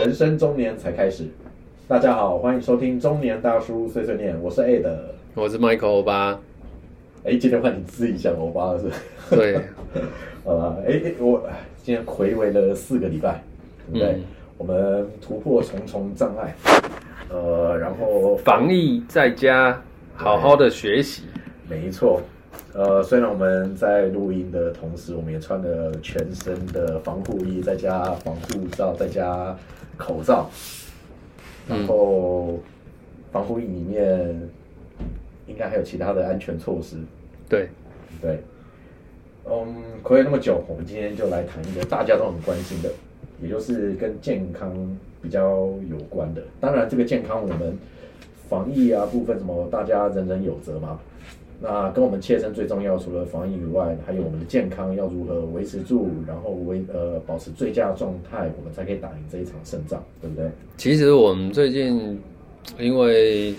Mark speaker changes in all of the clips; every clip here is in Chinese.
Speaker 1: 人生中年才开始。大家好，欢迎收听中年大叔碎碎念，我是 A 的。
Speaker 2: 我是 Michael 欧 巴，
Speaker 1: 哎，今天换你自己讲欧巴了是？
Speaker 2: 对，
Speaker 1: 好吧，哎，哎我今天回味了四个礼拜，对不对？
Speaker 2: 嗯
Speaker 1: 我们突破重重障碍，呃，然后
Speaker 2: 防疫在家，好好的学习，
Speaker 1: 没错，呃，虽然我们在录音的同时，我们也穿了全身的防护衣，再加防护罩，再加口罩，然后防护衣里面应该还有其他的安全措施。
Speaker 2: 对，
Speaker 1: 对，嗯，亏了那么久，我们今天就来谈一个大家都很关心的，也就是跟健康比较有关的。当然，这个健康我们防疫啊部分，什么大家人人有责嘛。那跟我们切身最重要，除了防疫以外，还有我们的健康要如何维持住，然后维呃保持最佳的状态，我们才可以打赢这一场胜仗，对不对？
Speaker 2: 其实我们最近因为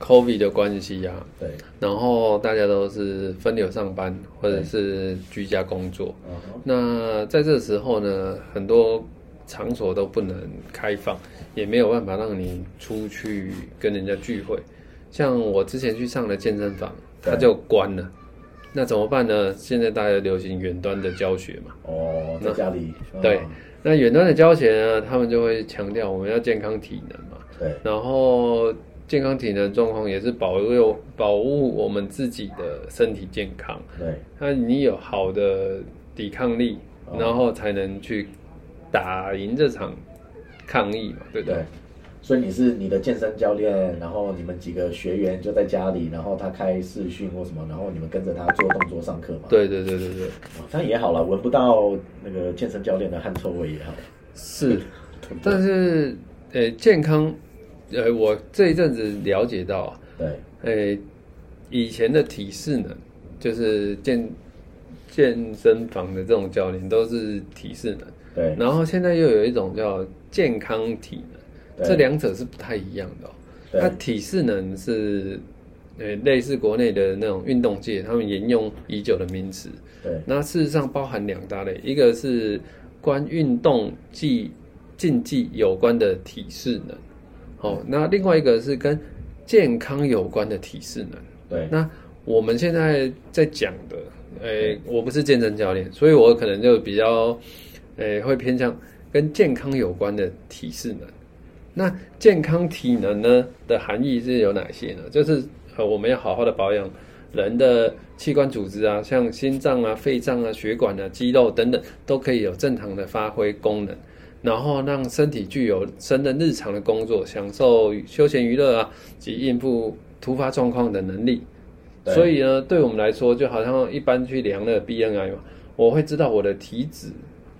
Speaker 2: COVID 的关系啊，
Speaker 1: 对，
Speaker 2: 然后大家都是分流上班或者是居家工作，
Speaker 1: 嗯哼
Speaker 2: 那在这时候呢，很多场所都不能开放，也没有办法让你出去跟人家聚会。像我之前去上的健身房，
Speaker 1: 对
Speaker 2: 它就关了，那怎么办呢？现在大家流行远端的教学嘛。
Speaker 1: 哦，在家里，嗯
Speaker 2: 对，那远端的教学呢，他们就会强调我们要健康体能嘛，
Speaker 1: 对，
Speaker 2: 然后健康体能状况也是保佑保护我们自己的身体健康。
Speaker 1: 对，
Speaker 2: 那你有好的抵抗力，
Speaker 1: 哦
Speaker 2: 然后才能去打赢这场抗疫嘛，对不对？
Speaker 1: 对，所以你是你的健身教练，然后你们几个学员就在家里，然后他开视讯或什么，然后你们跟着他做动作上课嘛。，
Speaker 2: 对对对对对，
Speaker 1: 哦、这样也好了，闻不到那个健身教练的汗臭味也好。
Speaker 2: 是，但是呃，健康，呃，我这一阵子了解到啊，
Speaker 1: 对，
Speaker 2: 呃，以前的体适能就是健健身房的这种教练都是体适能，
Speaker 1: 对，
Speaker 2: 然后现在又有一种叫健康体能，
Speaker 1: 对
Speaker 2: 这两者是不太一样的、哦。
Speaker 1: 对
Speaker 2: 它体适能是呃类似国内的那种运动界他们沿用已久的名词，
Speaker 1: 对，
Speaker 2: 那事实上包含两大类，一个是关运动技竞技有关的体适能，哦，那另外一个是跟健康有关的体适能。
Speaker 1: 对，
Speaker 2: 那我们现在在讲的，诶、我不是健身教练，所以我可能就比较，诶、会偏向跟健康有关的体适能。那健康体能呢的含义是有哪些呢？就是呃，我们要好好的保养人的器官组织啊，像心脏啊、肺脏啊、血管啊、肌肉等等，都可以有正常的发挥功能，然后让身体具有胜任日常的工作、享受休闲娱乐啊及应付突发状况的能力。
Speaker 1: 对
Speaker 2: 所以呢，对我们来说，就好像一般去量那个啊 BNI 嘛，我会知道我的体脂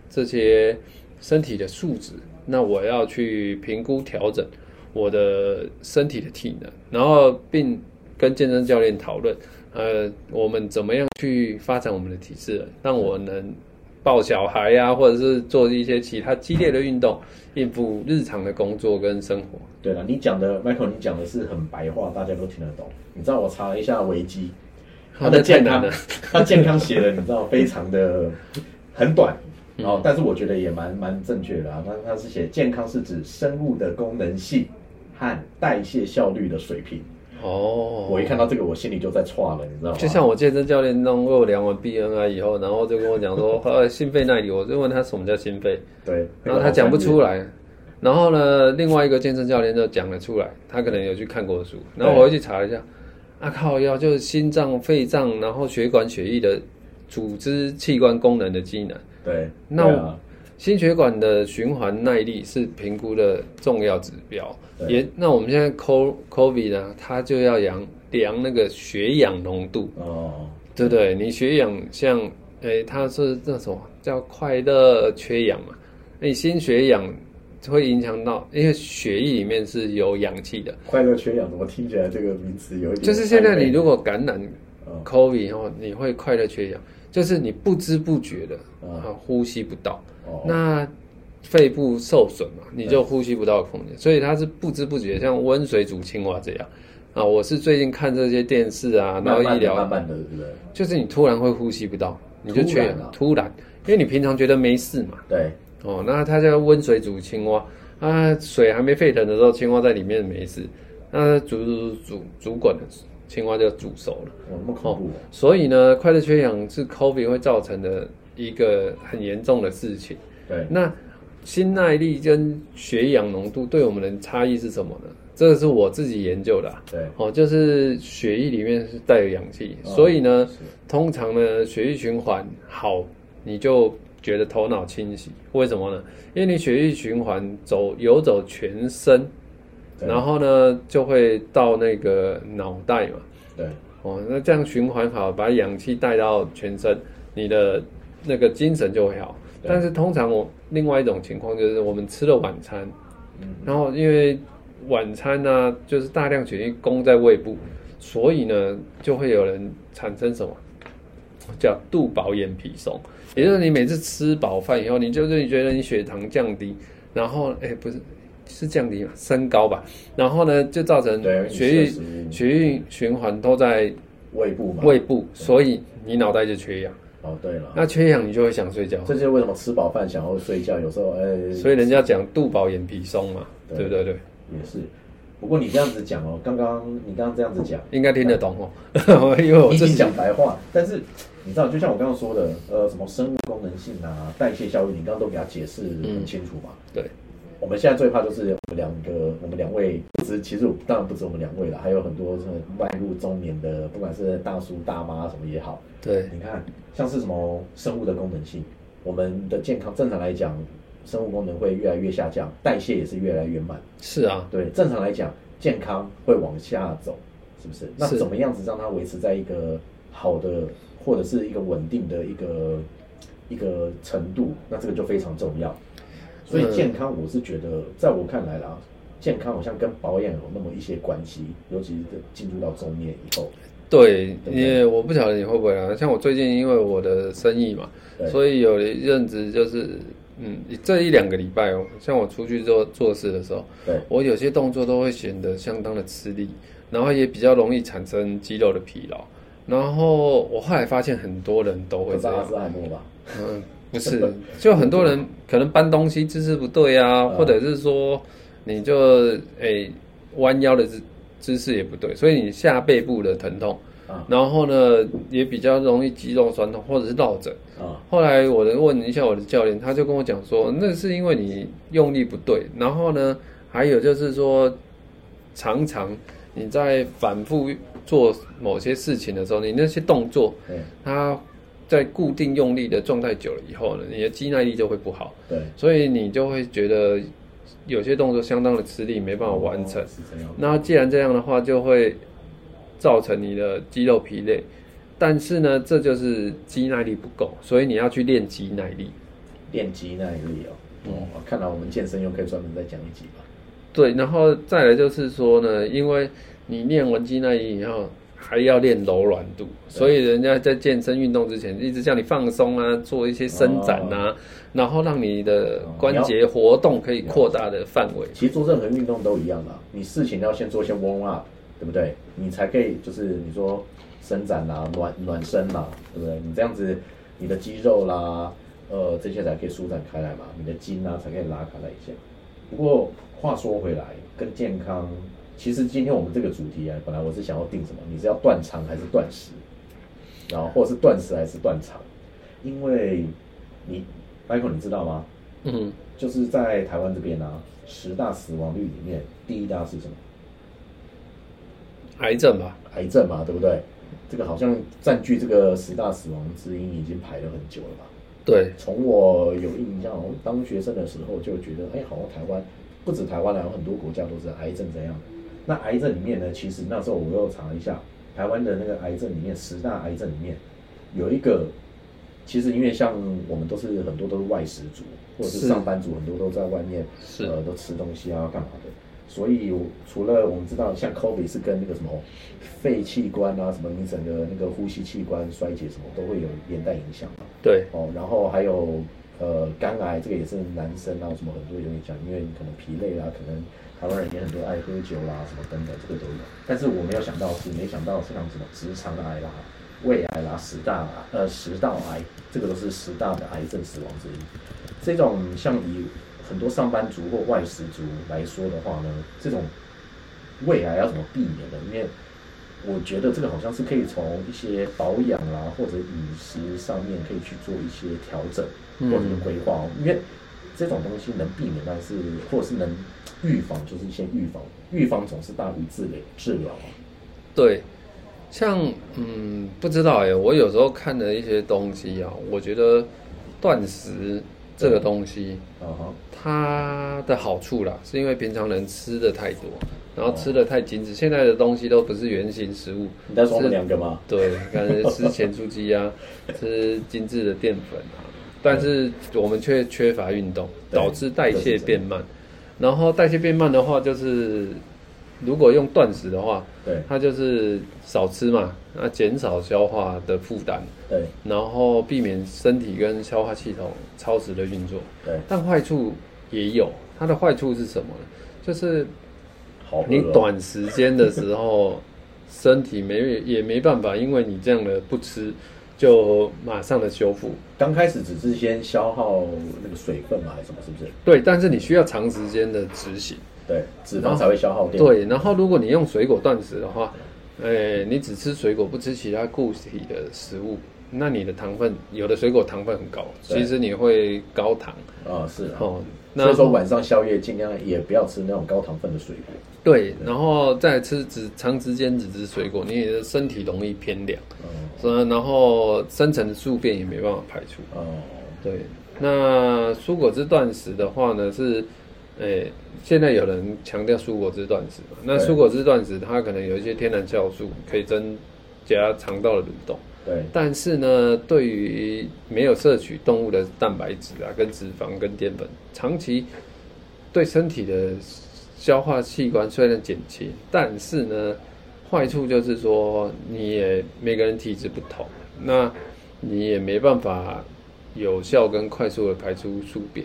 Speaker 2: 这些身体的数值，那我要去评估调整我的身体的体能，然后并跟健身教练讨论，呃，我们怎么样去发展我们的体质能，让我能抱小孩呀、或者是做一些其他激烈的运动，应付日常的工作跟生活。
Speaker 1: 对了，你讲的 Michael，你讲的是很白话，大家都听得懂。你知道我查了一下维基，他的
Speaker 2: 那太
Speaker 1: 健
Speaker 2: 难
Speaker 1: 康
Speaker 2: 了，
Speaker 1: 他健康写的你知道非常 的很短，
Speaker 2: 嗯
Speaker 1: 然后但是我觉得也蛮蛮正确的啊。他他是写健康是指生物的功能性和代谢效率的水平。
Speaker 2: 哦，
Speaker 1: 我一看到这个，我心里就在歘了，你知道吗？
Speaker 2: 就像我健身教练弄为我量完 BNI 以后，然后就跟我讲说，呃，心肺耐力，我就问他什么叫心肺，
Speaker 1: 对，
Speaker 2: 然后他讲不出来。然后呢，另外一个健身教练就讲了出来，他可能有去看过书，然后我又去查了一下，啊靠腰就是心脏、肺脏，然后血管、血液的组织器官功能的机能，
Speaker 1: 对，
Speaker 2: 那
Speaker 1: 对
Speaker 2: 我
Speaker 1: 啊
Speaker 2: 心血管的循环耐力是评估的重要指标。
Speaker 1: 对
Speaker 2: 也那我们现在 CO COVID 呢，它就要量量那个血氧浓度，
Speaker 1: 哦，
Speaker 2: 对不对？你血氧像，诶、它是那什么叫快乐缺氧嘛？那你心血氧会影响到，因为血液里面是有氧气的，
Speaker 1: 快乐缺氧，怎么听起来这个名词有一点？
Speaker 2: 就是现在你如果感染
Speaker 1: 嗯
Speaker 2: COVID 后，你会快乐缺氧，就是你不知不觉的
Speaker 1: 嗯
Speaker 2: 啊呼吸不到，
Speaker 1: 哦，
Speaker 2: 那肺部受损嘛，你就呼吸不到空
Speaker 1: 嗯
Speaker 2: 气，所以它是不知不觉像温水煮青蛙这样啊。我是最近看这些电视啊，然后
Speaker 1: 慢慢的
Speaker 2: 医疗
Speaker 1: 慢慢的，对不对？
Speaker 2: 就是你突然会呼吸不到，你就
Speaker 1: 突
Speaker 2: 缺
Speaker 1: 然啊
Speaker 2: 氧，突然，因为你平常觉得没事嘛，
Speaker 1: 对
Speaker 2: 哦，那它叫温水煮青蛙，啊，水还没沸腾的时候，青蛙在里面没事，那煮煮煮煮煮滚了，青蛙就煮熟了。
Speaker 1: 哇，那么恐怖、哦
Speaker 2: 所以呢，快乐缺氧是 COVID 会造成的一个很严重的事情。
Speaker 1: 对，
Speaker 2: 那新耐力跟血氧浓度对我们的差异是什么呢？这个是我自己研究的、啊。
Speaker 1: 对，
Speaker 2: 哦，就是血液里面是带有氧气，
Speaker 1: 哦
Speaker 2: 所以呢，
Speaker 1: 是
Speaker 2: 通常呢，血液循环好，你就觉得头脑清晰。为什么呢？因为你血液循环走游走全身，
Speaker 1: 对
Speaker 2: 然后呢就会到那个脑袋嘛。
Speaker 1: 对，
Speaker 2: 哦，那这样循环好，把氧气带到全身，你的那个精神就会好。
Speaker 1: 对
Speaker 2: 但是通常我另外一种情况就是我们吃了晚餐，
Speaker 1: 嗯
Speaker 2: 然后因为晚餐呢、就是大量血液供在胃部，所以呢就会有人产生什么叫肚饱眼疲松，也就是你每次吃饱饭以后，你就是你觉得你血糖降低，然后哎、不是是降低嘛，升高吧，然后呢就造成
Speaker 1: 对，
Speaker 2: 嗯血
Speaker 1: 因为
Speaker 2: 液
Speaker 1: 你摄食
Speaker 2: 血液循环都在
Speaker 1: 胃部嘛，
Speaker 2: 胃部，所以你脑袋就缺氧。
Speaker 1: 哦，对了，
Speaker 2: 那缺氧你就会想睡觉，
Speaker 1: 这就是为什么吃饱饭想要睡觉，有时候哎，
Speaker 2: 所以人家讲肚饱眼皮松嘛，
Speaker 1: 对
Speaker 2: 对不对？对，
Speaker 1: 也是。不过你这样子讲哦，刚刚你刚刚这样子讲，
Speaker 2: 应该听得懂哦， 因为我
Speaker 1: 你
Speaker 2: 自
Speaker 1: 是
Speaker 2: 己
Speaker 1: 讲白话，但是你知道，就像我刚刚说的，呃，什么生物功能性啊、代谢效应，你刚刚都给他解释很清楚嘛。
Speaker 2: 嗯对，
Speaker 1: 我们现在最怕就是我们两个，我们两位，不止其实我当然不止我们两位了，还有很多是迈入中年的，不管是大叔大妈什么也好，
Speaker 2: 对
Speaker 1: 你看像是什么生物的功能性，我们的健康正常来讲，生物功能会越来越下降，代谢也是越来越慢。
Speaker 2: 是啊，
Speaker 1: 对，正常来讲，健康会往下走，是不是？那
Speaker 2: 是
Speaker 1: 怎么样子让它维持在一个好的或者是一个稳定的一个一个程度？那这个就非常重要。所以
Speaker 2: 嗯
Speaker 1: 健康，我是觉得，在我看来啦，健康好像跟保养有那么一些关系，尤其是进入到中年以后，
Speaker 2: 对，
Speaker 1: 对不对
Speaker 2: 因为我不晓得你会不会啊，像我最近因为我的生意嘛，
Speaker 1: 对
Speaker 2: 所以有一阵子就是，嗯，这一两个礼拜哦，像我出去做做事的时候，
Speaker 1: 对
Speaker 2: 我有些动作都会显得相当的吃力，然后也比较容易产生肌肉的疲劳。然后我后来发现很多人都会
Speaker 1: 可是
Speaker 2: 这
Speaker 1: 阿
Speaker 2: 样，
Speaker 1: 兹海默吧，
Speaker 2: 嗯，不是，就很多人可能搬东西姿势不对啊，
Speaker 1: 嗯
Speaker 2: 或者是说你就诶弯腰的姿姿势也不对，所以你下背部的疼痛，
Speaker 1: 啊
Speaker 2: 然后呢也比较容易肌肉酸痛或者是落枕。
Speaker 1: 啊，
Speaker 2: 后来我问一下我的教练，他就跟我讲说，那是因为你用力不对，然后呢，还有就是说，常常你在反复做某些事情的时候，你那些动作
Speaker 1: 对
Speaker 2: 它在固定用力的状态久了以后呢，你的肌耐力就会不好，
Speaker 1: 对，
Speaker 2: 所以你就会觉得有些动作相当的吃力，没办法完成
Speaker 1: 哦。是这样，
Speaker 2: 那既然这样的话，就会造成你的肌肉疲累。但是呢，这就是肌耐力不够，所以你要去练肌耐力。
Speaker 1: 练肌耐力哦。哦，看来我们健身又可以专门再讲一集吧。
Speaker 2: 对，然后再来就是说呢，因为你练完肌耐力以后，还要练柔软度，所以人家在健身运动之前一直叫你放松啊，做一些伸展啊，然后让你的关节活动可以扩大的范围。
Speaker 1: 其实做任何运动都一样啦，你事情要先做一些 warm up，对不对？你才可以就是你说伸展啦、暖暖身啦，对不对？你这样子，你的肌肉啦，呃，这些才可以舒展开来嘛，你的筋啊才可以拉开来一些。不过话说回来，跟健康，其实今天我们这个主题啊，本来我是想要定什么，你是要断肠还是断食，然后或者是断食还是断肠？因为你，Michael，你知道吗？
Speaker 2: 嗯，
Speaker 1: 就是在台湾这边啊，十大死亡率里面，第一大是什么？
Speaker 2: 癌症吧，
Speaker 1: 癌症嘛，对不对？这个好像占据这个十大死亡之因已经排了很久了吧？
Speaker 2: 对，
Speaker 1: 从我有印象，我当学生的时候就觉得，哎，好像台湾不止台湾啦，很多国家都是癌症这样。那癌症里面呢，其实那时候我又查了一下，台湾的那个癌症里面，十大癌症里面有一个，其实因为像我们都是很多都是外食族，或者是
Speaker 2: 是
Speaker 1: 上班族，很多都在外面
Speaker 2: 是
Speaker 1: 呃，都吃东西啊，干嘛的。所以我除了我们知道，像 COVID 是跟那个什么肺器官啊，什么你整个那个呼吸器官衰竭什么都会有连带影响嘛。
Speaker 2: 对，
Speaker 1: 哦，然后还有呃肝癌，这个也是男生啊什么很多有点讲，因为你可能疲累啦，可能台湾人也很多爱喝酒啦什么等等，这个都有。但是我没有想到是没想到像什么直肠癌啦、胃癌啦、食道啊呃食道癌，这个都是十大的癌症死亡之一。这种像以很多上班族或外食族来说的话呢，这种未来要怎么避免呢？因为我觉得这个好像是可以从一些保养啊或者饮食上面可以去做一些调整
Speaker 2: 嗯
Speaker 1: 或者是规划、哦，因为这种东西能避免，但是或者是能预防，就是先预防，预防总是大于治疗治疗嘛。
Speaker 2: 对，像嗯，不知道哎、我有时候看的一些东西啊，我觉得断食这个东西，
Speaker 1: 啊哈，
Speaker 2: 它的好处啦，是因为平常人吃的太多，然后吃的太精致，现在的东西都不是原型食物，
Speaker 1: 你在说我们
Speaker 2: 是
Speaker 1: 两个吗？
Speaker 2: 对，感觉吃咸酥鸡啊，吃精致的淀粉啊，但是我们却缺乏运动，
Speaker 1: 对
Speaker 2: 导致代谢变慢。然后代谢变慢的话，就是如果用断食的话，
Speaker 1: 对
Speaker 2: 它就是少吃嘛，那减少消化的负担，
Speaker 1: 对
Speaker 2: 然后避免身体跟消化系统超时的运作。
Speaker 1: 对，
Speaker 2: 但坏处也有，它的坏处是什么呢？就是
Speaker 1: 好饿哦，
Speaker 2: 你短时间的时候，身体没也没办法，因为你这样的不吃，就马上的修复。
Speaker 1: 刚开始只是先消耗那个水分嘛，还是什么？是不是？
Speaker 2: 对，但是你需要长时间的执行。
Speaker 1: 对，脂肪才会消耗掉。
Speaker 2: 哦对，然后如果你用水果断食的话，诶，你只吃水果不吃其他固体的食物，那你的糖分有的水果糖分很高，
Speaker 1: 对
Speaker 2: 其实你会高糖。
Speaker 1: 啊、是啊。
Speaker 2: 哦，
Speaker 1: 所
Speaker 2: 那
Speaker 1: 以说晚上宵夜尽量也不要吃那种高糖分的水果。
Speaker 2: 对，
Speaker 1: 嗯
Speaker 2: 然后再吃只长时间只吃水果，你的身体容易偏凉。
Speaker 1: 嗯
Speaker 2: 嗯，然后深层的宿便也没办法排出。
Speaker 1: 哦，
Speaker 2: 对，那蔬果汁断食的话呢，是，诶、现在有人强调蔬果汁断食嘛？那
Speaker 1: 对
Speaker 2: 蔬果汁断食它可能有一些天然酵素，可以增加肠道的蠕动，
Speaker 1: 对
Speaker 2: 但是呢，对于没有摄取动物的蛋白质啊、跟脂肪、跟淀粉，长期对身体的消化器官虽然减轻，但是呢，坏处就是说，你也每个人体质不同，那你也没办法有效跟快速的排出宿便，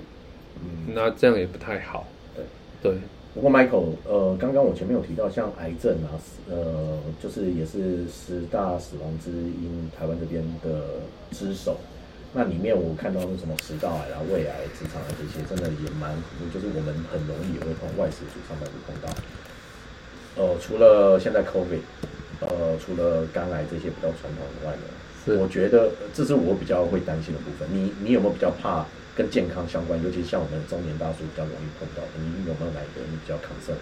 Speaker 2: 那这样也不太好。
Speaker 1: 对。
Speaker 2: 嗯对，
Speaker 1: 不过 Michael，呃，刚刚我前面有提到，像癌症啊，呃，就是也是十大死亡之因台湾这边的之首。那里面我看到是什么食道癌啊、胃癌、直肠癌这些，真的也蛮，就是我们很容易也会碰外食族上班族碰到。呃，除了现在 COVID，呃，除了肝癌这些比较传统以外
Speaker 2: 是
Speaker 1: 呢，我觉得呃这是我比较会担心的部分。你你有没有比较怕跟健康相关，尤其像我们中年大叔比较容易碰到的，你有没有哪一个你比较 concern？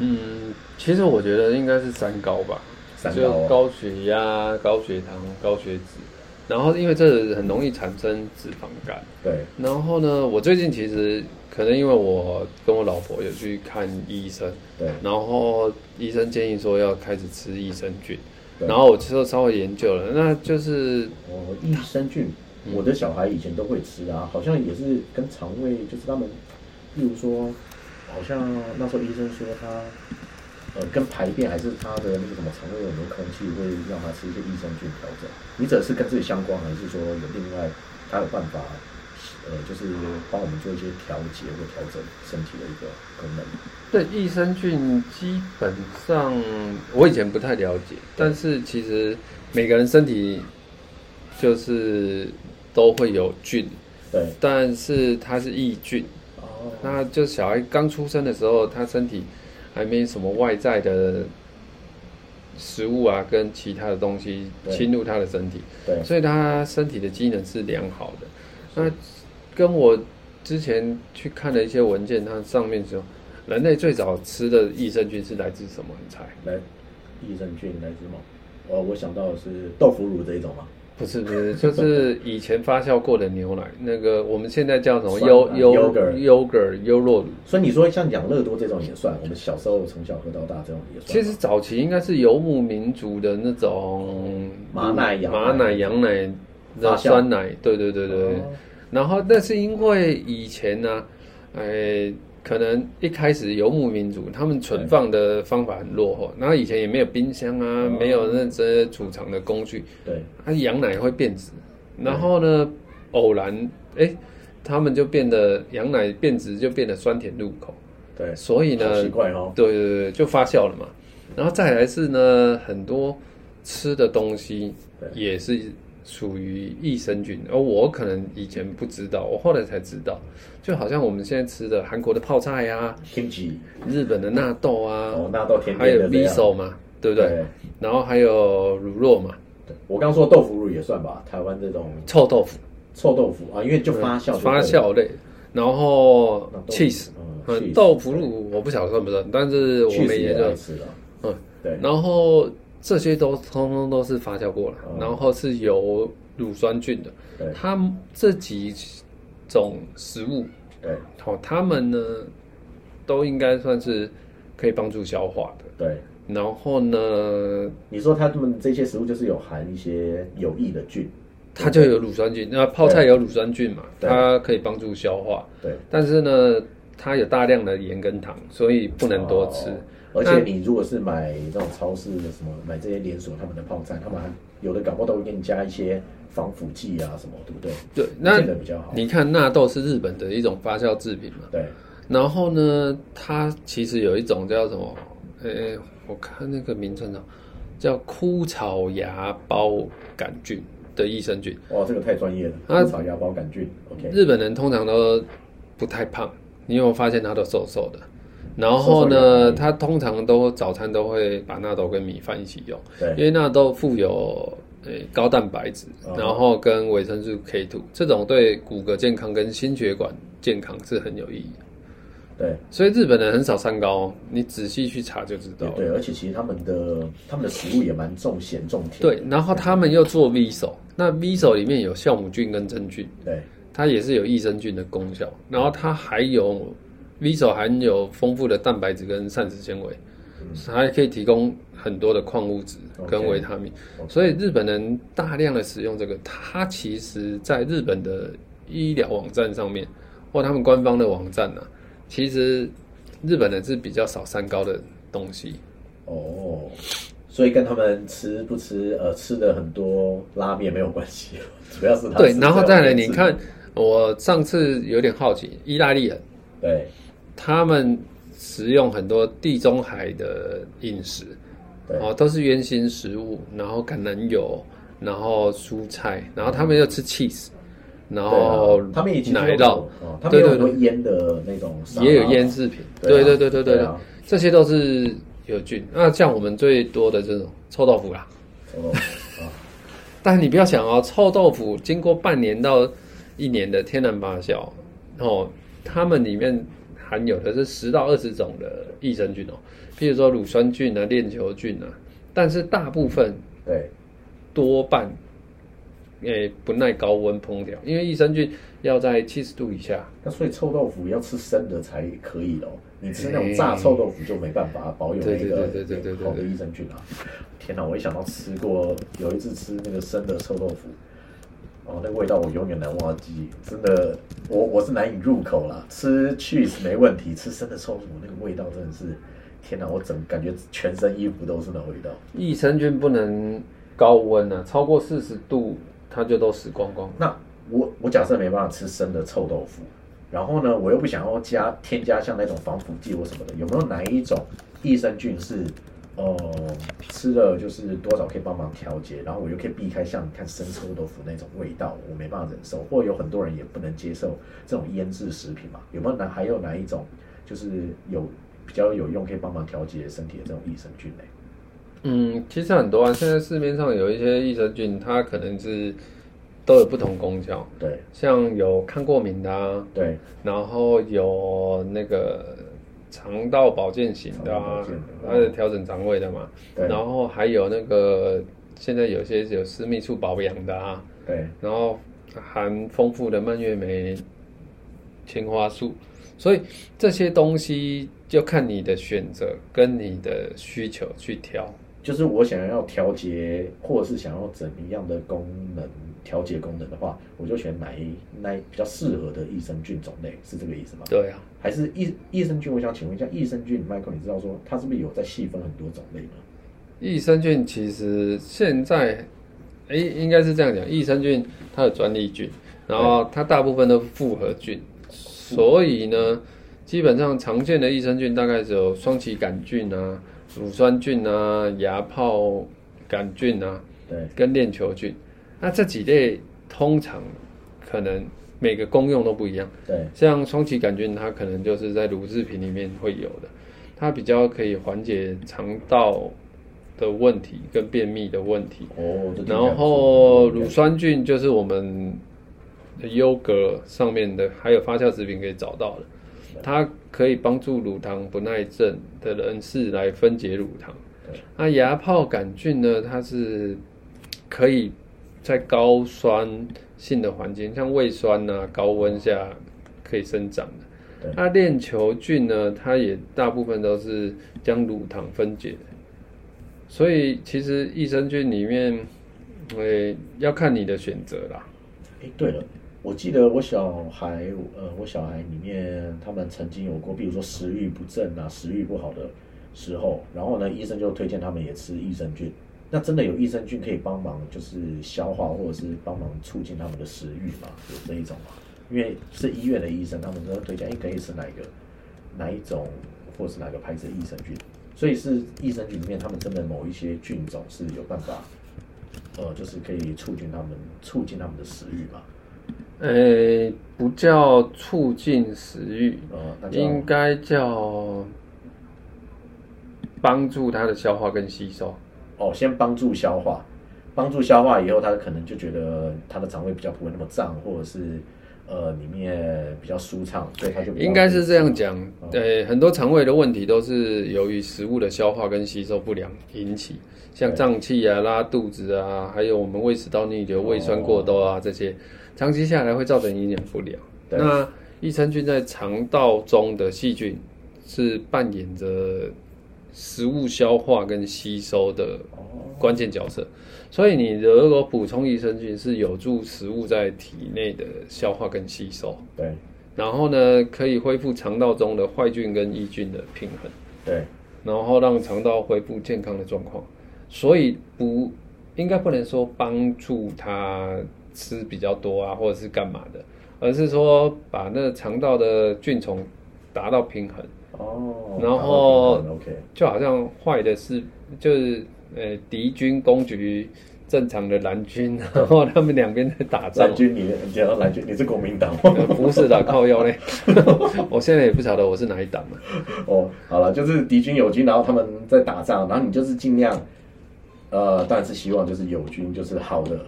Speaker 2: 嗯，其实我觉得应该是三高吧，
Speaker 1: 三高
Speaker 2: 就
Speaker 1: 哦
Speaker 2: 高血压、高血糖、高血脂，然后因为这很容易产生脂肪肝。
Speaker 1: 对，
Speaker 2: 然后呢，我最近其实可能因为我跟我老婆有去看医生，
Speaker 1: 对，
Speaker 2: 然后医生建议说要开始吃益生菌，
Speaker 1: 对
Speaker 2: 然后我就稍微研究了，那就是
Speaker 1: 我呃益生菌，我的小孩以前都会吃啊，好像也是跟肠胃，就是他们，例如说，好像那时候医生说他，呃，跟排便还是他的那个什么肠胃有没有空气会让他吃一些益生菌调整。你只是跟这个相关，还是说有另外他有办法，呃，就是帮我们做一些调节或调整身体的一个功能？
Speaker 2: 对益生菌基本上我以前不太了解，但是其实每个人身体就是都会有菌，
Speaker 1: 对，
Speaker 2: 但是它是益菌，
Speaker 1: 哦，
Speaker 2: 那就小孩刚出生的时候，他身体还没什么外在的食物啊，跟其他的东西
Speaker 1: 对
Speaker 2: 侵入他的身体，
Speaker 1: 对，
Speaker 2: 所以他身体的机能是良好的。那跟我之前去看的一些文件，它上面说，人类最早吃的益生菌是来自什么？你猜？
Speaker 1: 来，益生菌来自什么？我我想到的是豆腐乳这一种嘛，
Speaker 2: 不是 不是，就是以前发酵过的牛奶，那个我们现在叫什么
Speaker 1: 酸
Speaker 2: 优
Speaker 1: 奶
Speaker 2: 优
Speaker 1: yogurt
Speaker 2: 优格优酪乳。
Speaker 1: 所以你说像养乐多这种也算，我们小时候从小喝到大这种也算。
Speaker 2: 其实早期应该是游牧民族的那种
Speaker 1: 马奶羊奶
Speaker 2: 马奶、羊奶、然后
Speaker 1: 发酵
Speaker 2: 酸奶，对对对对。
Speaker 1: 哦
Speaker 2: 然后，但是因为以前呢、呃，可能一开始游牧民族他们存放的方法很落后，然后以前也没有冰箱啊，
Speaker 1: 哦
Speaker 2: 没有那些储藏的工具，
Speaker 1: 对
Speaker 2: 啊，羊奶会变质，然后呢，偶然哎、他们就变得羊奶变质，就变得酸甜入口，
Speaker 1: 对，
Speaker 2: 所以呢
Speaker 1: 好，奇怪哦。
Speaker 2: 对对对，就发酵了嘛。然后再来是呢，很多吃的东西
Speaker 1: 对
Speaker 2: 也是属于益生菌，而我可能以前不知道，我后来才知道，就好像我们现在吃的韩国的泡菜呀、
Speaker 1: kimchi，
Speaker 2: 日本的纳豆啊，
Speaker 1: 哦，纳豆甜
Speaker 2: 还
Speaker 1: 甜
Speaker 2: 有
Speaker 1: 的这
Speaker 2: v i
Speaker 1: 样
Speaker 2: s o 嘛，对不对？然后还有乳酪嘛，
Speaker 1: 对我刚说豆腐乳也算吧，台湾这种
Speaker 2: 臭豆腐，
Speaker 1: 臭豆腐啊，因为就发酵就对了
Speaker 2: 发酵类，然后
Speaker 1: 那豆腐
Speaker 2: cheese，
Speaker 1: 嗯
Speaker 2: 嗯，
Speaker 1: cheese，
Speaker 2: 豆腐乳我不晓得算不算，但是我
Speaker 1: cheese
Speaker 2: 们
Speaker 1: 也
Speaker 2: 研
Speaker 1: 爱
Speaker 2: 究，
Speaker 1: 吃的，
Speaker 2: 嗯，
Speaker 1: 对，
Speaker 2: 然后这些都通通都是发酵过了，
Speaker 1: 哦
Speaker 2: 然后是有乳酸菌的，
Speaker 1: 对
Speaker 2: 它这几种食物，
Speaker 1: 对
Speaker 2: 好，它们呢都应该算是可以帮助消化的，
Speaker 1: 对。
Speaker 2: 然后呢，
Speaker 1: 你说他们这些食物就是有含一些有益的菌，
Speaker 2: 它就有乳酸菌，那泡菜有乳酸菌嘛，
Speaker 1: 对
Speaker 2: 它可以帮助消化，
Speaker 1: 对，
Speaker 2: 但是呢，它有大量的盐跟糖，所以不能多吃。
Speaker 1: 哦而且你如果是买那种超市的什么，买这些连锁他们的泡菜，他们还有的搞不好都会给你加一些防腐剂啊什么，对不对？
Speaker 2: 对，那
Speaker 1: 这个比较好。
Speaker 2: 你看纳豆是日本的一种发酵制品嘛，
Speaker 1: 对，
Speaker 2: 然后呢，它其实有一种叫什么？呃、我看那个名称啊，叫枯草芽孢杆菌的益生菌。
Speaker 1: 哇，这个太专业了，
Speaker 2: 啊
Speaker 1: 啊、草芽孢杆菌，OK。
Speaker 2: 日本人通常都不太胖，你有没有发现他都瘦瘦的？然后呢，
Speaker 1: 瘦瘦的
Speaker 2: 他通常都早餐都会把纳豆跟米饭一起用，因
Speaker 1: 对，
Speaker 2: 为纳豆富有呃高蛋白质，
Speaker 1: 哦
Speaker 2: 然后跟维生素 K two，这种对骨骼健康跟心血管健康是很有意义的。
Speaker 1: 对，
Speaker 2: 所以日本人很少三高、哦，你仔细去查就知
Speaker 1: 对，
Speaker 2: 道了。
Speaker 1: 对，而且其实他们的他们的食物也蛮重咸重甜。
Speaker 2: 对，然后他们又做 V 手，那 V 手里面有酵母菌跟真菌，
Speaker 1: 对
Speaker 2: 它也是有益生菌的功效。然后它还有 V 手含有丰富的蛋白质跟膳食纤维，还可以提供很多的矿物质跟
Speaker 1: OK
Speaker 2: 维他命。
Speaker 1: OK
Speaker 2: 所以日本人大量的使用这个，它其实在日本的医疗网站上面，或他们官方的网站呢、啊其实日本人是比较少三高的东西。
Speaker 1: 哦，所以跟他们吃不吃呃吃的很多拉面没有关系， 主要是他
Speaker 2: 对，
Speaker 1: 吃
Speaker 2: 然后
Speaker 1: 这
Speaker 2: 再
Speaker 1: 样
Speaker 2: 来，
Speaker 1: 的
Speaker 2: 你
Speaker 1: 吃
Speaker 2: 看，我上次有点好奇，意大利人
Speaker 1: 对
Speaker 2: 他们食用很多地中海的饮食，
Speaker 1: 对
Speaker 2: 哦，都是原型食物，然后橄榄油，然后蔬菜，然后他们又吃 cheese，然
Speaker 1: 对啊
Speaker 2: 后
Speaker 1: 他们以前
Speaker 2: 哦奶
Speaker 1: 就
Speaker 2: 酪
Speaker 1: 有，哦他们
Speaker 2: 对
Speaker 1: 有
Speaker 2: 对
Speaker 1: 很多腌的那种沙拉，
Speaker 2: 也有腌制品，
Speaker 1: 对
Speaker 2: 对
Speaker 1: 啊
Speaker 2: 对对对对
Speaker 1: 对
Speaker 2: 对
Speaker 1: 啊，
Speaker 2: 这些都是有菌。那像我们最多的这种臭豆腐啦，
Speaker 1: 哦啊，
Speaker 2: 但你不要想哦，臭豆腐经过半年到一年的天然发酵，哦，它们里面含有的是十到二十种的益生菌哦，譬如说乳酸菌啊、链球菌啊，但是大部分
Speaker 1: 对
Speaker 2: 多半诶、不耐高温烹调，因为益生菌要在七十度以下。
Speaker 1: 那所以臭豆腐要吃生的才可以哦，你吃那种炸臭豆腐就没办法保有
Speaker 2: 对
Speaker 1: 那个
Speaker 2: 对对对对对对
Speaker 1: 好的益生菌啊。天哪，我一想到吃过有一次吃那个生的臭豆腐，哦，那个味道我永远难忘记，真的，我我是难以入口啦。吃 cheese 没问题，吃生的臭豆腐那个味道真的是，天哪，我整感觉全身衣服都是那味道。
Speaker 2: 益生菌不能高温啊，超过四十度它就都死光光。
Speaker 1: 那我我假设没办法吃生的臭豆腐，然后呢，我又不想要加添加像那种防腐剂或什么的，有没有哪一种益生菌是呃吃了就是多少可以帮忙调节，然后我又可以避开像你看生臭豆腐那种味道，我没办法忍受，或有很多人也不能接受这种腌制食品嘛？有没有哪还有哪一种就是有比较有用可以帮忙调节身体的这种益生菌呢？
Speaker 2: 嗯，其实很多啊，现在市面上有一些益生菌，它可能是都有不同功效，
Speaker 1: 对
Speaker 2: 像有抗过敏的啊，
Speaker 1: 对，
Speaker 2: 然后有那个肠道保健型的
Speaker 1: 肠
Speaker 2: 啊
Speaker 1: 道保健的，嗯
Speaker 2: 它是调整肠胃的嘛，
Speaker 1: 对
Speaker 2: 然后还有那个现在有些有私密处保养的啊，
Speaker 1: 对
Speaker 2: 然后含丰富的蔓越莓、青花素，所以这些东西就看你的选择跟你的需求去挑。
Speaker 1: 就是我想要调节，或者是想要怎么样的功能调节功能的话，我就选哪一那一比较适合的益生菌种类，是这个意思吗？
Speaker 2: 对啊。
Speaker 1: 还是益益生菌？我想请问一下，益生菌，Michael，你知道说它是不是有在细分很多种类呢？
Speaker 2: 益生菌其实现在，诶，应该是这样讲，益生菌它有专利菌，然后它大部分都是复合菌，所以呢，基本上常见的益生菌大概只有双歧杆菌啊、乳酸菌啊、芽孢杆菌啊
Speaker 1: 对
Speaker 2: 跟链球菌。那这几类通常可能每个功用都不一样。
Speaker 1: 对，
Speaker 2: 像双歧杆菌，它可能就是在乳制品里面会有的，它比较可以缓解肠道的问题跟便秘的问题。
Speaker 1: 哦，这听起来不错
Speaker 2: 然后乳酸菌就是我们的优格上面的，还有发酵食品可以找到的，它可以帮助乳糖不耐症的人士来分解乳糖。那牙泡杆菌呢，它是可以在高酸性的环境，像胃酸呐、高温下可以生长的
Speaker 1: 对。
Speaker 2: 那链球菌呢，它也大部分都是将乳糖分解的，所以其实益生菌里面，诶、要看你的选择啦。
Speaker 1: 哎，对了，我记得我小孩，呃，我小孩里面他们曾经有过，比如说食欲不振啊，食欲不好的时候，然后呢，医生就推荐他们也吃益生菌。那真的有益生菌可以帮忙，就是消化或者是帮忙促进他们的食欲嘛？有这一种嘛？因为是医院的医生，他们都会推荐，哎，可以吃哪一个、哪一种，或者是哪个牌子的益生菌。所以是益生菌里面，他们真的某一些菌种是有办法，呃，就是可以促进他们促进他们的食欲嘛。
Speaker 2: 诶、不叫促进食欲，
Speaker 1: 呃，那就
Speaker 2: 应该叫帮助它的消化跟吸收。
Speaker 1: 哦，先帮助消化，帮助消化以后，他可能就觉得他的肠胃比较不会那么胀，或者是呃里面比较舒畅，所以他就比较
Speaker 2: 应该是这样讲
Speaker 1: 哦，
Speaker 2: 呃，很多肠胃的问题都是由于食物的消化跟吸收不良引起，像
Speaker 1: 对
Speaker 2: 胀气啊、拉肚子啊，还有我们胃食道逆流、胃
Speaker 1: 哦
Speaker 2: 酸过多啊这些，长期下来会造成营养不良。
Speaker 1: 对
Speaker 2: 那益生菌在肠道中的细菌是扮演着食物消化跟吸收的
Speaker 1: 哦
Speaker 2: 关键角色，所以你如果补充益生菌，是有助食物在体内的消化跟吸收。
Speaker 1: 对
Speaker 2: 然后呢，可以恢复肠道中的坏菌跟益菌的平衡，
Speaker 1: 对
Speaker 2: 然后让肠道恢复健康的状况。所以不应该不能说帮助他吃比较多啊，或者是干嘛的，而是说把那肠道的菌虫达到平衡，
Speaker 1: 哦，
Speaker 2: 然
Speaker 1: 打
Speaker 2: 后
Speaker 1: 到平衡 OK
Speaker 2: 就好像坏的是就是呃敌军攻击正常的蓝军，然后他们两边在打仗
Speaker 1: 蓝，军你你讲到蓝军，你是国民党
Speaker 2: 呃 不是的，靠腰嘞， 我现在也不晓得我是哪一党了。
Speaker 1: 哦，好了，就是敌军友军，然后他们在打仗，然后你就是尽量，呃，当然是希望就是友军就是好的，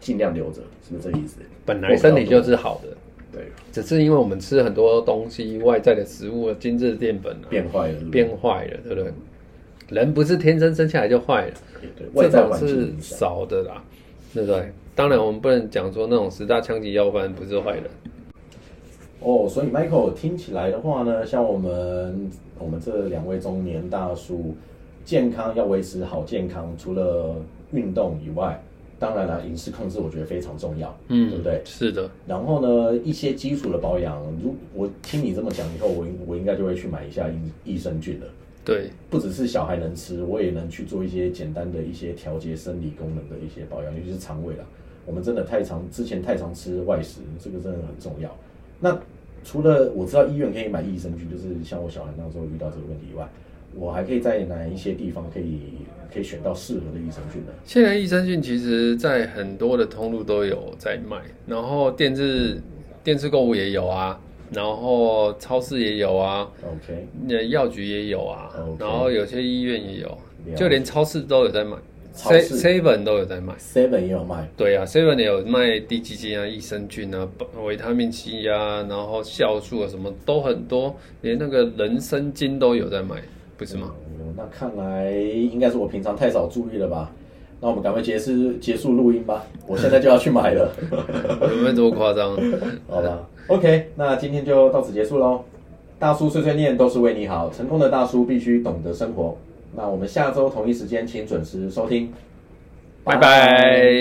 Speaker 1: 尽量留着，是不是这意思？
Speaker 2: 本来身体就是好的，
Speaker 1: 对
Speaker 2: 只是因为我们吃很多东西，外在的食物、精致的淀粉啊，
Speaker 1: 变坏了是不是，
Speaker 2: 变坏了，对不对？人不是天生生下来就坏了，
Speaker 1: 对外
Speaker 2: 这
Speaker 1: 在
Speaker 2: 种
Speaker 1: 环境
Speaker 2: 是
Speaker 1: 影响，
Speaker 2: 少的啦，对不对？当然，我们不能讲说那种十大枪击要犯不是坏人，
Speaker 1: 哦，所以 Michael 听起来的话呢，像我们我们这两位中年大叔，健康要维持好健康，除了运动以外，当然了，饮食控制我觉得非常重要，
Speaker 2: 嗯，
Speaker 1: 对不对？？
Speaker 2: 是的，
Speaker 1: 然后呢，一些基础的保养，如我听你这么讲以后，我应我应该就会去买一下益益生菌了。
Speaker 2: 对，
Speaker 1: 不只是小孩能吃，我也能去做一些简单的一些调节生理功能的一些保养，尤其是肠胃啦。我们真的太常之前太常吃外食，这个真的很重要。那除了我知道医院可以买益生菌，就是像我小孩那时候遇到这个问题以外，我还可以在哪一些地方可以可以选到适合的益生菌呢？
Speaker 2: 现在益生菌其实在很多的通路都有在卖，然后电视电视购物也有啊，然后超市也有啊，
Speaker 1: OK，
Speaker 2: 那药局也有啊
Speaker 1: OK
Speaker 2: 然后有些医院也有，
Speaker 1: 解
Speaker 2: 就连超市都有在卖
Speaker 1: 超市
Speaker 2: s e v e n 都有在卖。
Speaker 1: Seven 也有卖
Speaker 2: 对啊 s e v e n 也有卖地基精啊、益生菌啊、维他命 C 啊，然后酵素啊，什么都很多，连那个人参精都有在卖，不是吗？
Speaker 1: 哦那看来应该是我平常太少注意了吧？那我们赶快结束结束录音吧，我现在就要去买了。
Speaker 2: 有没有这么 夸张？
Speaker 1: 好吧，OK，那今天就到此结束喽。大叔碎碎念都是为你好，成功的大叔必须懂得生活。那我们下周同一时间请准时收听，
Speaker 2: 拜拜。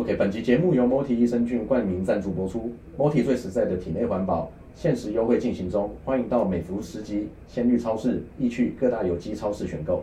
Speaker 1: OK，本集节目由 MOTI 益生菌冠名赞助播出。MOTI 最实在的体内环保，限时优惠进行中，欢迎到美孚十级、鲜绿超市、易趣各大有机超市选购。